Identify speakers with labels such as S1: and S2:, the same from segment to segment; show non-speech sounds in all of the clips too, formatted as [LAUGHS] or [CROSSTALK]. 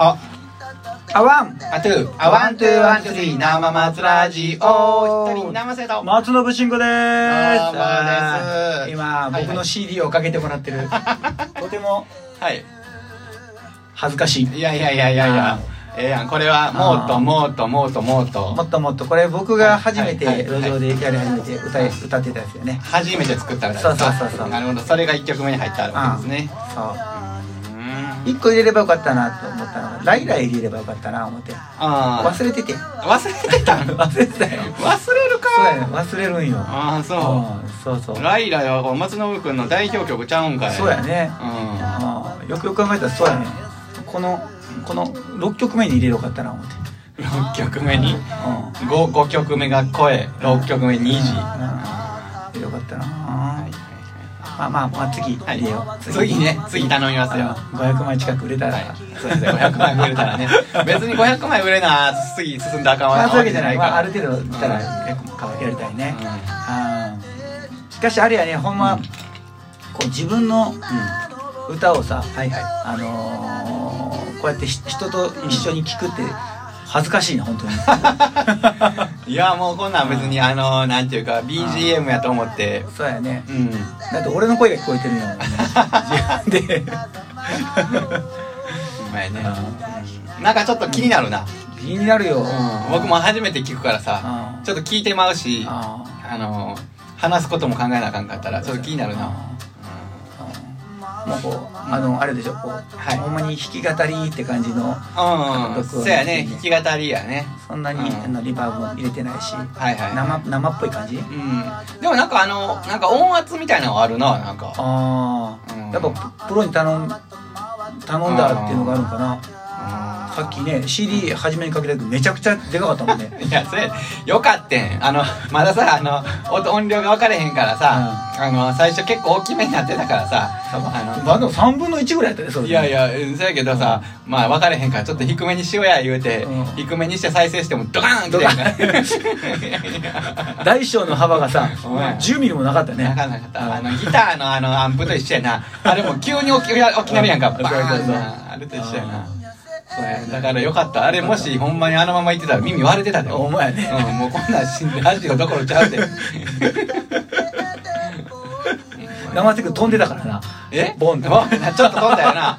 S1: あ、
S2: あわん
S1: あトゥー、あワントゥーワントゥースリー、生松ラジオ、一人生瀬と。
S2: 松信慎吾
S1: どう
S2: です
S1: も
S2: あ
S1: です
S2: ー今
S1: いはい
S2: 僕の CD をかけてもらってる [LAUGHS] とても
S1: はい。
S2: 恥ずかしい
S1: いやいやいやいやいや、ええやん、これはもうともうともうともう
S2: も
S1: と。
S2: っともっとこれ僕が初めて
S1: はいはい
S2: 路上でやり始めて歌い歌ってたやつよね
S1: 初めて作った歌
S2: そう
S1: です
S2: そう
S1: か
S2: そうそう
S1: なるほど、それが一曲目に入ったわけですね。
S2: そう
S1: うん
S2: 1個入れればよかったなと思ったのがライライ入れればよかったな思って
S1: あ
S2: 忘れてて
S1: あ、
S2: [LAUGHS]
S1: 忘れてたの
S2: 忘れてたよ
S1: 忘れる
S2: そうやね
S1: か
S2: 忘れるんよ
S1: ああ、そ
S2: うんそうそう
S1: う。ライラはこう松信くんの代表曲ちゃうんかい。
S2: そうやね
S1: う
S2: あーよくよく考えたらそうやねこのこの6曲目に入れよかったな思って
S1: ん。6曲目に。
S2: うん
S1: 五五曲目が声、六曲目二時。
S2: うんよかったな、
S1: はい
S2: まあまあまあ次
S1: は
S2: 入
S1: い
S2: れよう、
S1: はい。次ね、次頼みますよ。
S2: あの500枚近く売れたら、
S1: はい、そうですね500枚売れたらね別に500枚売れな次進んだらあかん
S2: [LAUGHS] まあ、そういうわけじゃない、
S1: か
S2: まあ、
S1: ら
S2: ある程度来たらや,、やりたいね、あーしかしあれやねほんま、
S1: うん
S2: こう自分の
S1: う
S2: 歌をさ、
S1: はいはい
S2: あのー、こうやってひ人と一緒に聴くって恥ずかしいね本当
S1: [LAUGHS]
S2: に
S1: ん、いやもうこんなん別にあのなんていうか BGM やと思って
S2: そうやね
S1: うん
S2: だって俺の声が聞こえてるよ、ね、自
S1: [LAUGHS]
S2: 分で
S1: うまいね、うんなんかちょっと気になるな、
S2: 気になるよ、
S1: うん僕も初めて聞くからさ、
S2: うん
S1: ちょっと聞いてまうしあ
S2: あー
S1: の話すことも考えなあかんかったらちょっと気になるな、
S2: もうこうあのあれでしょこう、
S1: はい
S2: ほんまに弾き語りって感じの
S1: うん、うん、
S2: 録音
S1: そうやね弾き語りやね
S2: そんなに、
S1: うん
S2: あのリバーブも入れてないし、
S1: はいはい
S2: 生生っぽい感じ
S1: うんでもなんかあのなんか音圧みたいなのはあるななんか
S2: ああ、
S1: うん
S2: やっぱプロに頼ん頼んだっていうのがあるのかな、
S1: うん
S2: さっきね CD 初めにかけた時めちゃくちゃでかかったもんね
S1: いや、それ、よかってん。あの、まださ、あの、音音量が分かれへんからさ、あの、最初結構大きめになってたからさ、あ
S2: まあでも3分の1ぐらいやったねそ
S1: の、
S2: れ
S1: いやいや、うんそやけどさ、まあ分かれへんから、ちょっと低めにしようや言うて、
S2: うん
S1: 低めにして再生してもドカーンって
S2: ドカ
S1: んか。
S2: 大小の幅がさ
S1: お前
S2: 10ミリもなかったね
S1: なかなかった。あの、ギターのあの、アンプと一緒やな。あれも急に大き大きなるやんか。
S2: う
S1: バ
S2: ん
S1: ー
S2: そうそ
S1: ン
S2: うそう
S1: なあれと一緒やな。
S2: そうやね
S1: だからよかった。あれもしほんまにあのまま行ってたら耳割れてたで。
S2: お前ね
S1: うん、もうこんなん死んでラジオどころちゃうで。
S2: 生瀬君飛んでたからな
S1: え
S2: ボンって
S1: ちょっと飛んだよな。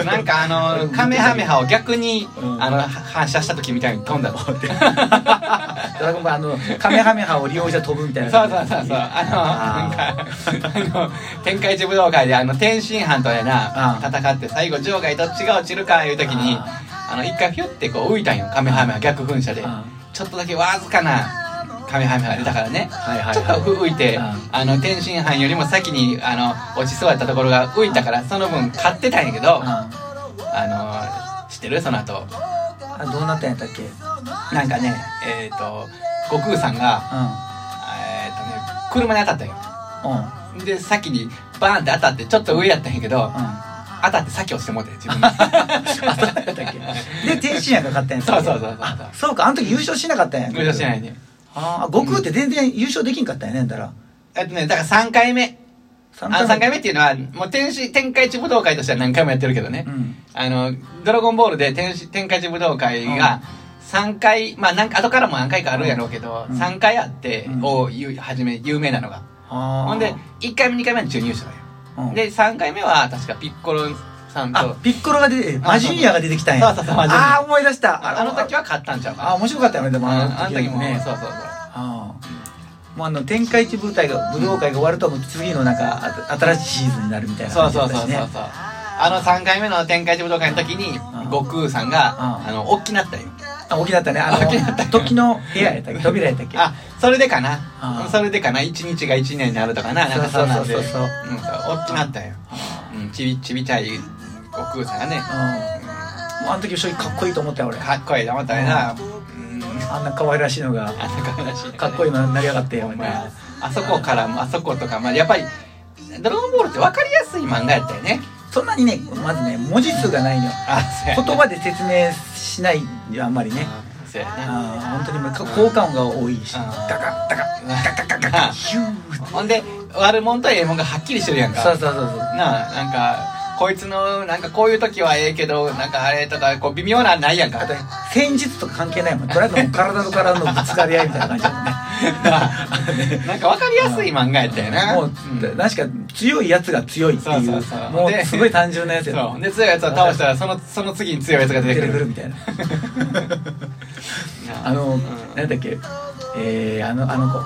S1: うん、なんかあの、カメハメハを逆に、
S2: うん
S1: あの、反射した時みたいに飛んだの。そうそう
S2: ドラゴンボールあのカメハメハを利用して飛ぶみたいな
S1: そうそう。あの、なんか、あの、天下一武道会であの、天津飯とやな、
S2: う
S1: 戦って最後場外どっちが落ちるかいう時に、
S2: あ
S1: あの、一回ひゅってこう浮いたんよ、カメハメハ逆噴射で
S2: うん。
S1: ちょっとだけわずかな、カメハメハ出たからね。
S2: はいはいはい
S1: ちょっと浮いて、
S2: うん
S1: あの天津飯よりも先にあの落ちそうやったところが浮いたからその分買ってたんやけど、あ
S2: あ
S1: の知ってるその後
S2: あどうなったんやったっけうん
S1: なんかねえっ、と悟空さんがえっ、とね車に当たったんよ
S2: うん
S1: で先にバーンって当たってちょっと上やったんやけど、
S2: うん
S1: 当たって先落ちてもうて自 [LAUGHS] 分に
S2: あそうやったっけで天津飯が勝ったんやったっ
S1: そ
S2: け
S1: うそうそうそう
S2: あそうかあの時優勝しなかったんや
S1: [LAUGHS] 無理しないね
S2: ああ悟空って全然優勝できんかったんやねんだら
S1: えっとねだから3回目
S2: 3
S1: あの3回目っていうのはもう天津天下一武道会としては何回もやってるけどね、
S2: うん
S1: あの、ドラゴンボールで天使天下一武道会が3回、まあなんか後からも何回かあるやろうけど、
S2: うん
S1: 3回あって、
S2: うん
S1: をゆ初め有名なのが。
S2: あー
S1: ほんで、1回目2回目は中入賞だよ。
S2: うん
S1: で、3回目は確かピッコロさん
S2: あ
S1: と、
S2: ピッコロが出てマジニアが出てきたんや
S1: そうそうそうマジニア
S2: ああ思い出した
S1: ああの時
S2: は
S1: は勝ったんちゃうかな
S2: ああ面白かったよねで
S1: うん
S2: も
S1: あの時
S2: は
S1: もね、そうそうそう。
S2: ああもうあの天下一舞台が武道会が終わるともう次のなんかあ新しいシーズンになるみたいな
S1: そう
S2: 感
S1: そう
S2: じだった
S1: そうそ
S2: し
S1: う
S2: ね
S1: そう。あの3回目の天下一武道会の時に、悟空さんが、
S2: うん
S1: あの、大きなったよ。
S2: あ沖縄だったねあ
S1: あ沖縄だった
S2: の時の部屋やったっけ扉やったっけ
S1: あ、それでかな
S2: あ。ー
S1: それでかな。一日が一年になるとかな。なんかそんなんで。
S2: そうそうそうそう
S1: うん、そう。おっきなったよ。うん、ちび、ちびちゃい、悟空さんがね。
S2: うんもうあの時正直かっこいいと思ったよ俺
S1: かっこいいな、またな。うん、
S2: あんな可愛らしいのが
S1: あんな感じ。
S2: かっこいい
S1: い。
S2: のになりやがってよみたい
S1: まあ
S2: な、
S1: あそこからも、あそことか、まあ、やっぱり、ドラゴンボールって分かりやすい漫画やったよね。
S2: そんなにねまずね文字数がないのよ
S1: あ、そうやな。
S2: 言葉で説明しないよあんまりね
S1: そうやな。
S2: ああ本当にもうか効果音が多いし
S1: うん
S2: ダカッダカッダカッダカッダカッヒューッ
S1: ほんで、悪者とええもんがはっきりしてるやんか。
S2: そうそうそうそう
S1: なあ、なんか、こいつのなんかこういう時はええけどなんかあれとかこう微妙なん [LAUGHS] ないやんか
S2: あと戦術とか関係ないもんとりあえずもう体と体のぶつかり合いみたいな感じだもん
S1: [LAUGHS]
S2: ね
S1: なんかわかりやすい漫画やったよな
S2: もう、
S1: うん
S2: 確か強いやつが強いっていう
S1: そうそうそう
S2: もう
S1: です
S2: ごい単純なやつやもん
S1: そうで強いやつを倒したらそのその次に強いやつが出て
S2: 出て
S1: く
S2: く
S1: る
S2: るみたいな
S1: な
S2: あの、
S1: うん
S2: なんだっけえー、あのあの子、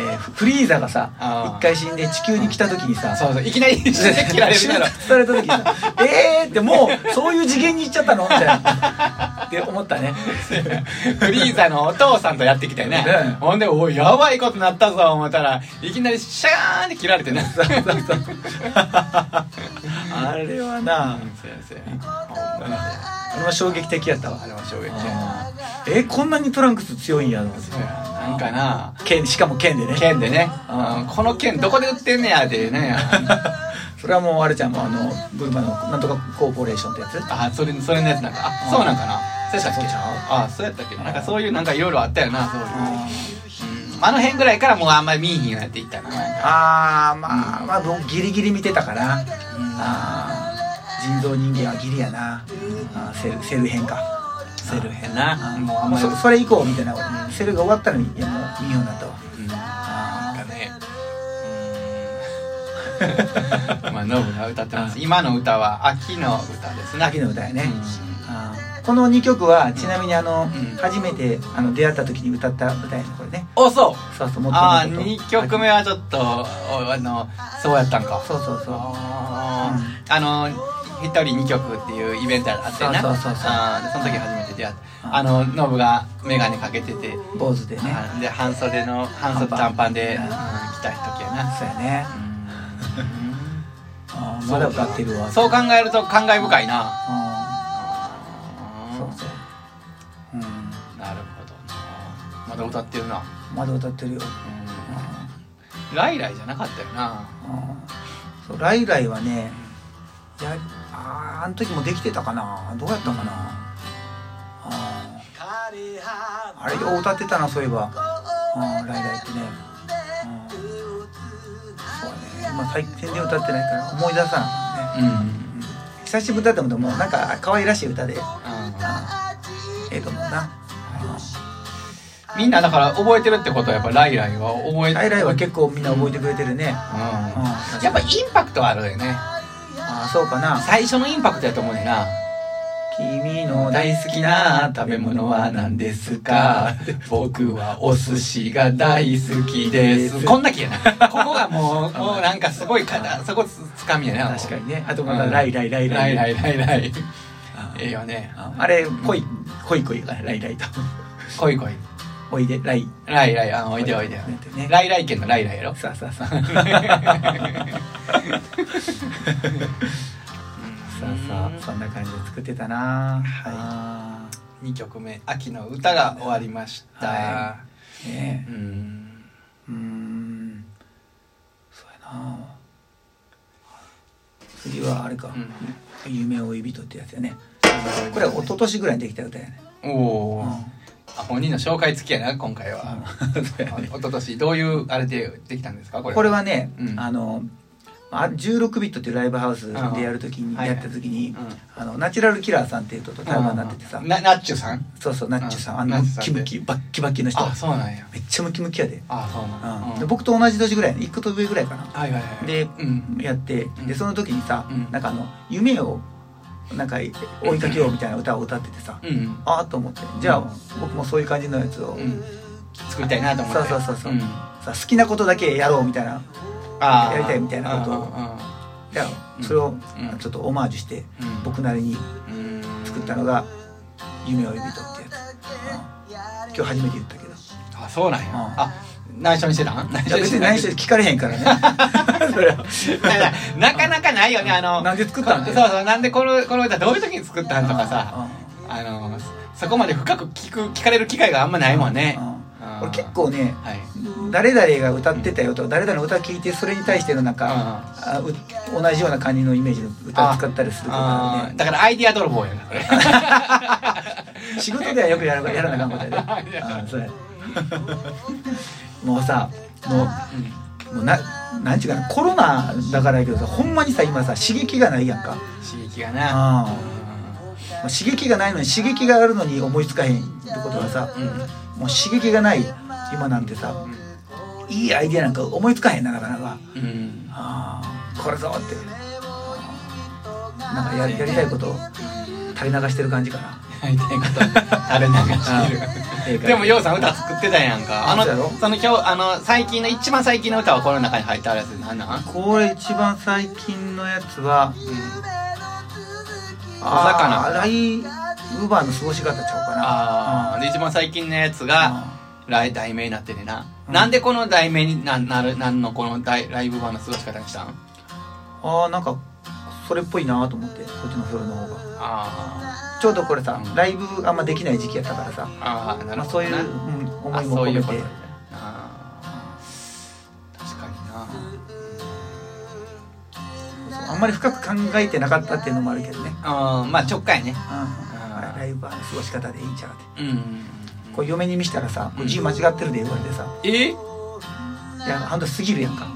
S2: えー、フリーザが
S1: あ
S2: さ
S1: ー
S2: 一回死んで地球に来た時にさ
S1: そうそういきなり [LAUGHS] 出て切られる
S2: [LAUGHS]
S1: やろ
S2: された時にさ「えー!」ってもうそういう次元に行っちゃったのみた
S1: [LAUGHS]
S2: いなって思ったね
S1: フリーザのお父さんとやってきてね
S2: ね
S1: ほんでおいやばいことなったぞ思ったらいきなりシャーンって切られてね
S2: そうそう
S1: [LAUGHS]
S2: そうあれはな
S1: そうやそうやほんまに
S2: あれは衝撃的やったわ
S1: あれは衝撃
S2: あーえー、こんなにトランクス強いんやろ
S1: そうやなんかな
S2: 剣しかも剣でね
S1: 剣でね、
S2: うん
S1: うんこの剣どこで売ってんねやで [LAUGHS] ね
S2: それはもうあれちゃんもあの群馬のなんとかコーポレーションってやつ
S1: あそれそれのやつなんかあ
S2: うん
S1: そうなんかなそうやったっ
S2: そう
S1: け
S2: ちゃう
S1: あそうやったっけ
S2: うん
S1: なんかそういうなんかいろいろあったよなそういう、うんあの辺ぐらいからもうあんまり見えひんようになっていったななんか
S2: ああまあまあ僕ギリギリ見てたから
S1: うん
S2: あー人造人間はギリやなあーセルセル編か
S1: セル編な
S2: あー
S1: もうあん
S2: も
S1: ま
S2: う
S1: り
S2: そそれ以降みたいな
S1: うん
S2: セルが終わったらいやもう見ようになったわ
S1: うんな
S2: あ
S1: んかねうん [LAUGHS] まあノブが歌ってます今の歌は秋の歌です
S2: ー
S1: ね
S2: 秋の歌やね、
S1: うん
S2: あーこの2曲はちなみにあの、
S1: ん
S2: 初めてあの出会った時に歌った歌やねこれね
S1: おそう
S2: そうそうもっと
S1: ああ
S2: もっと
S1: 2曲目はちょっとおあのそうやったんか
S2: そうそうそう
S1: あーあの一人二曲っていうイベントあってな
S2: そうそうそうそう
S1: あーでその時初めて出会った
S2: あ
S1: あのノブが眼鏡かけてて、
S2: 坊主でね
S1: あで半袖の半袖短パンで、うん、来た時やな
S2: そうやねあーまだ歌ってるわ
S1: そう考えると感慨深いな
S2: あーそううんそううん
S1: なるほどなまだ歌ってるな、
S2: まだ歌ってるよ
S1: うん、ライライじゃなかったよな
S2: あーそうライライはねやあーあの時もできてたかなどうやったかなあーあれよう歌ってたなそういえばあーライライってねあーそうだね今最近全然歌ってないから思い出さないね、
S1: うん、
S2: うん、久しぶりだったもんもうなんか可愛らしい歌で
S1: うん
S2: あーええと思うなあー
S1: みんなだから覚えてるってことはやっぱライライは覚えて
S2: ライライは結構みんな覚えてくれてるね。
S1: うん
S2: うん
S1: やっぱインパクトはあるよね
S2: ああ、そうかな。
S1: 最初のインパクトやと思うねんな
S2: 君の大
S1: 大好きな食べ物は何ですか僕はお寿司が大好きですこんだけやなここが [LAUGHS] もうもうなんかすごいかなそこつつかみやな
S2: 確かにね。あと
S1: も
S2: ま
S1: うう
S2: た
S1: ん
S2: ライライライラ
S1: ラ
S2: イ。
S1: イライライライ
S2: あ
S1: ええよね
S2: ああれ、恋、恋恋がライライと。 [LAUGHS]
S1: こいこい
S2: おいで、ライ。
S1: ライライあおいでおいで
S2: ね
S1: ライライ県のライライやろ
S2: さあさあ
S1: [LAUGHS]
S2: さあ。さあさあ、そんな感じで作ってたな。は
S1: 2曲目「秋の歌」が終わりました、
S2: はいうね
S1: ん
S2: え。うーん。そうやな。次はあれか
S1: うん。
S2: 夢追い人ってやつやね。これは一昨年ぐらいにできた歌やね。
S1: お
S2: う
S1: おー、
S2: ん
S1: あ本人の紹介付きやな今回は、
S2: そうやね
S1: 一昨年どういうあれでできたんですかこれ
S2: これはね、
S1: うん
S2: あのあ16ビットっていうライブハウスでやるとき
S1: う
S2: に、
S1: んはい
S2: やった時に、
S1: うん
S2: あのナチュラルキラーさんっていう人と対話になっててさ、
S1: なナッチュさん
S2: そうそうナッチュさん、
S1: うん
S2: あ
S1: ナ
S2: の
S1: ッ
S2: ム
S1: チュさん
S2: キ
S1: で
S2: ムキバッキバキの人
S1: あそうなんや
S2: めっちゃムキムキやで,、
S1: あそう
S2: うん
S1: なん
S2: で
S1: や
S2: 僕と同じ年ぐらい1個と上ぐらいかな、
S1: はいはいはい
S2: で
S1: うん
S2: やって
S1: ん
S2: でその時にさ、
S1: うん
S2: なんかあの夢をなんか追いかけようみたいな歌を歌っててさ、
S1: うん
S2: ああと思ってじゃあ、
S1: うん
S2: 僕もそういう感じのやつを、
S1: うん作りたいなと思って
S2: そうそうそうそうんさ好きなことだけやろうみたいな
S1: あー
S2: やりたいみたいなことを
S1: あ
S2: じゃあそれをちょっとオマージュして、
S1: ーうん
S2: 僕なりに
S1: うん
S2: 作ったのが「夢追い人」ってやつ、うん今日初めて言
S1: [LAUGHS]
S2: ったけどい
S1: あそうなんや
S2: うん
S1: あ内緒にしてたん内
S2: や別に内緒で聞かれへんからね [LAUGHS] それはい
S1: や [LAUGHS] なかなかないよねあの
S2: なんで作ったん
S1: こ
S2: だよ
S1: そうそうなんでこのこの歌どういう時に作ったんとかさ
S2: う
S1: あのそこまで深く聞く聞かれる機会があんまないもんね
S2: んうん
S1: あー
S2: 俺結構ね
S1: はい
S2: 誰々が歌ってたよとか誰々の歌聞いてそれに対してのなんかあう同じような感じのイメージの歌を使ったりすることがあ
S1: あ
S2: る
S1: ー
S2: ね
S1: だからアイディア泥棒やなこれ
S2: 仕事ではよくやらやらなあかんこと
S1: [LAUGHS]
S2: や [LAUGHS]
S1: い
S2: で
S1: や
S2: うんそれもうさもうもうななんちゅうかなコロナだからやけどさほんまにさ今さ刺激がないやんか
S1: 刺激がな
S2: ああ刺激がないのに刺激があるのに思いつかへんってことはさ、
S1: うん
S2: もう刺激がない今なんてさいいアイデアなんか思いつかへんななかなか
S1: うん、うん
S2: ああこれぞってなんかややりたいことを垂れ流してる感じかな
S1: やりたいこと垂れ流してる
S2: うん
S1: でもようさん歌作ってたやんかあの
S2: そうやろ
S1: その今日あの最近の一番最近の歌はこの中に入ってあるやつなんなん
S2: これ一番最近のやつは
S1: 小魚
S2: あーライウーバーの過ごし方ちゃうか
S1: あ
S2: な
S1: あ
S2: うん
S1: で一番最近のやつが来題名になってねな、なんでこの題名にななるなんのこの大ライブ版の過ごし方にしたん
S2: あーなんかそれっぽいなと思ってこっちのフロの方が
S1: あ
S2: ちょうどこれさ
S1: うん
S2: ライブあんまできない時期やったからさ、
S1: ーあーなる
S2: ま
S1: ほ
S2: あ、
S1: ど
S2: そういう、
S1: な
S2: うん、思
S1: あ
S2: いも
S1: そう
S2: 込
S1: い
S2: め
S1: うこと
S2: て
S1: だあー確かにな
S2: そうあんまり深く考えてなかったっていうのもあるけどね、
S1: うんまあ直感やね
S2: うんライブバーの過ごし方でいいんちゃうっ
S1: うん
S2: て
S1: うんうん
S2: こう嫁に見したらさ「こ
S1: うん
S2: れ字間違ってるで」言われてさ
S1: え
S2: 「いや半年過ぎるやんか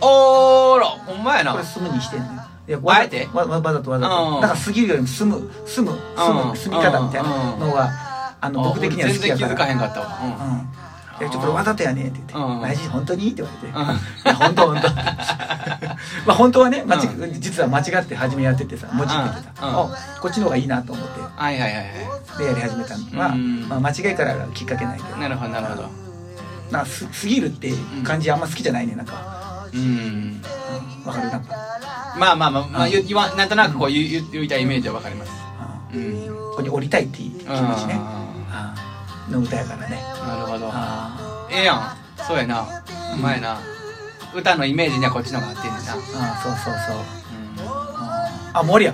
S1: おーらほんまやな
S2: これ住むにしてんねん」いや
S1: あえて
S2: わわわざとわざ
S1: うん
S2: とだから過ぎるよりも住む住む住
S1: うん
S2: む住み方みたいなのがあの僕的には好きや
S1: 全然気
S2: か
S1: づから
S2: 「
S1: へんかったわ
S2: うんいやちょっとこれわざとやね」って言って
S1: うん
S2: 「マジ本当に?」って言われて「い
S1: うん
S2: や本当
S1: [LAUGHS]
S2: 本当」まあ本当はね間違
S1: う
S2: 実は間違って始めやっててさ文字ってて
S1: う
S2: さ
S1: んうん
S2: あこっちの方がいいなと思って
S1: はいはいはい
S2: でやり始めたのは
S1: うん
S2: まあ間違いからはきっかけないけど
S1: はいなるほどなるほど
S2: なんかす過ぎるって感じあんま好きじゃないねなんか
S1: うん
S2: うんわかるなんか
S1: まあまあまあ、まあ、言わなんとなくこう言う言いたいイメージはわかります
S2: うん
S1: うん
S2: ここに降りたいっていう気持ちね
S1: あ
S2: あの歌やからね
S1: ーなるほど
S2: あ
S1: ええやんそうやなうまいな歌のイメージにはこっちの方が合ってんねんな、
S2: あそうそうそう
S1: うん
S2: あ森や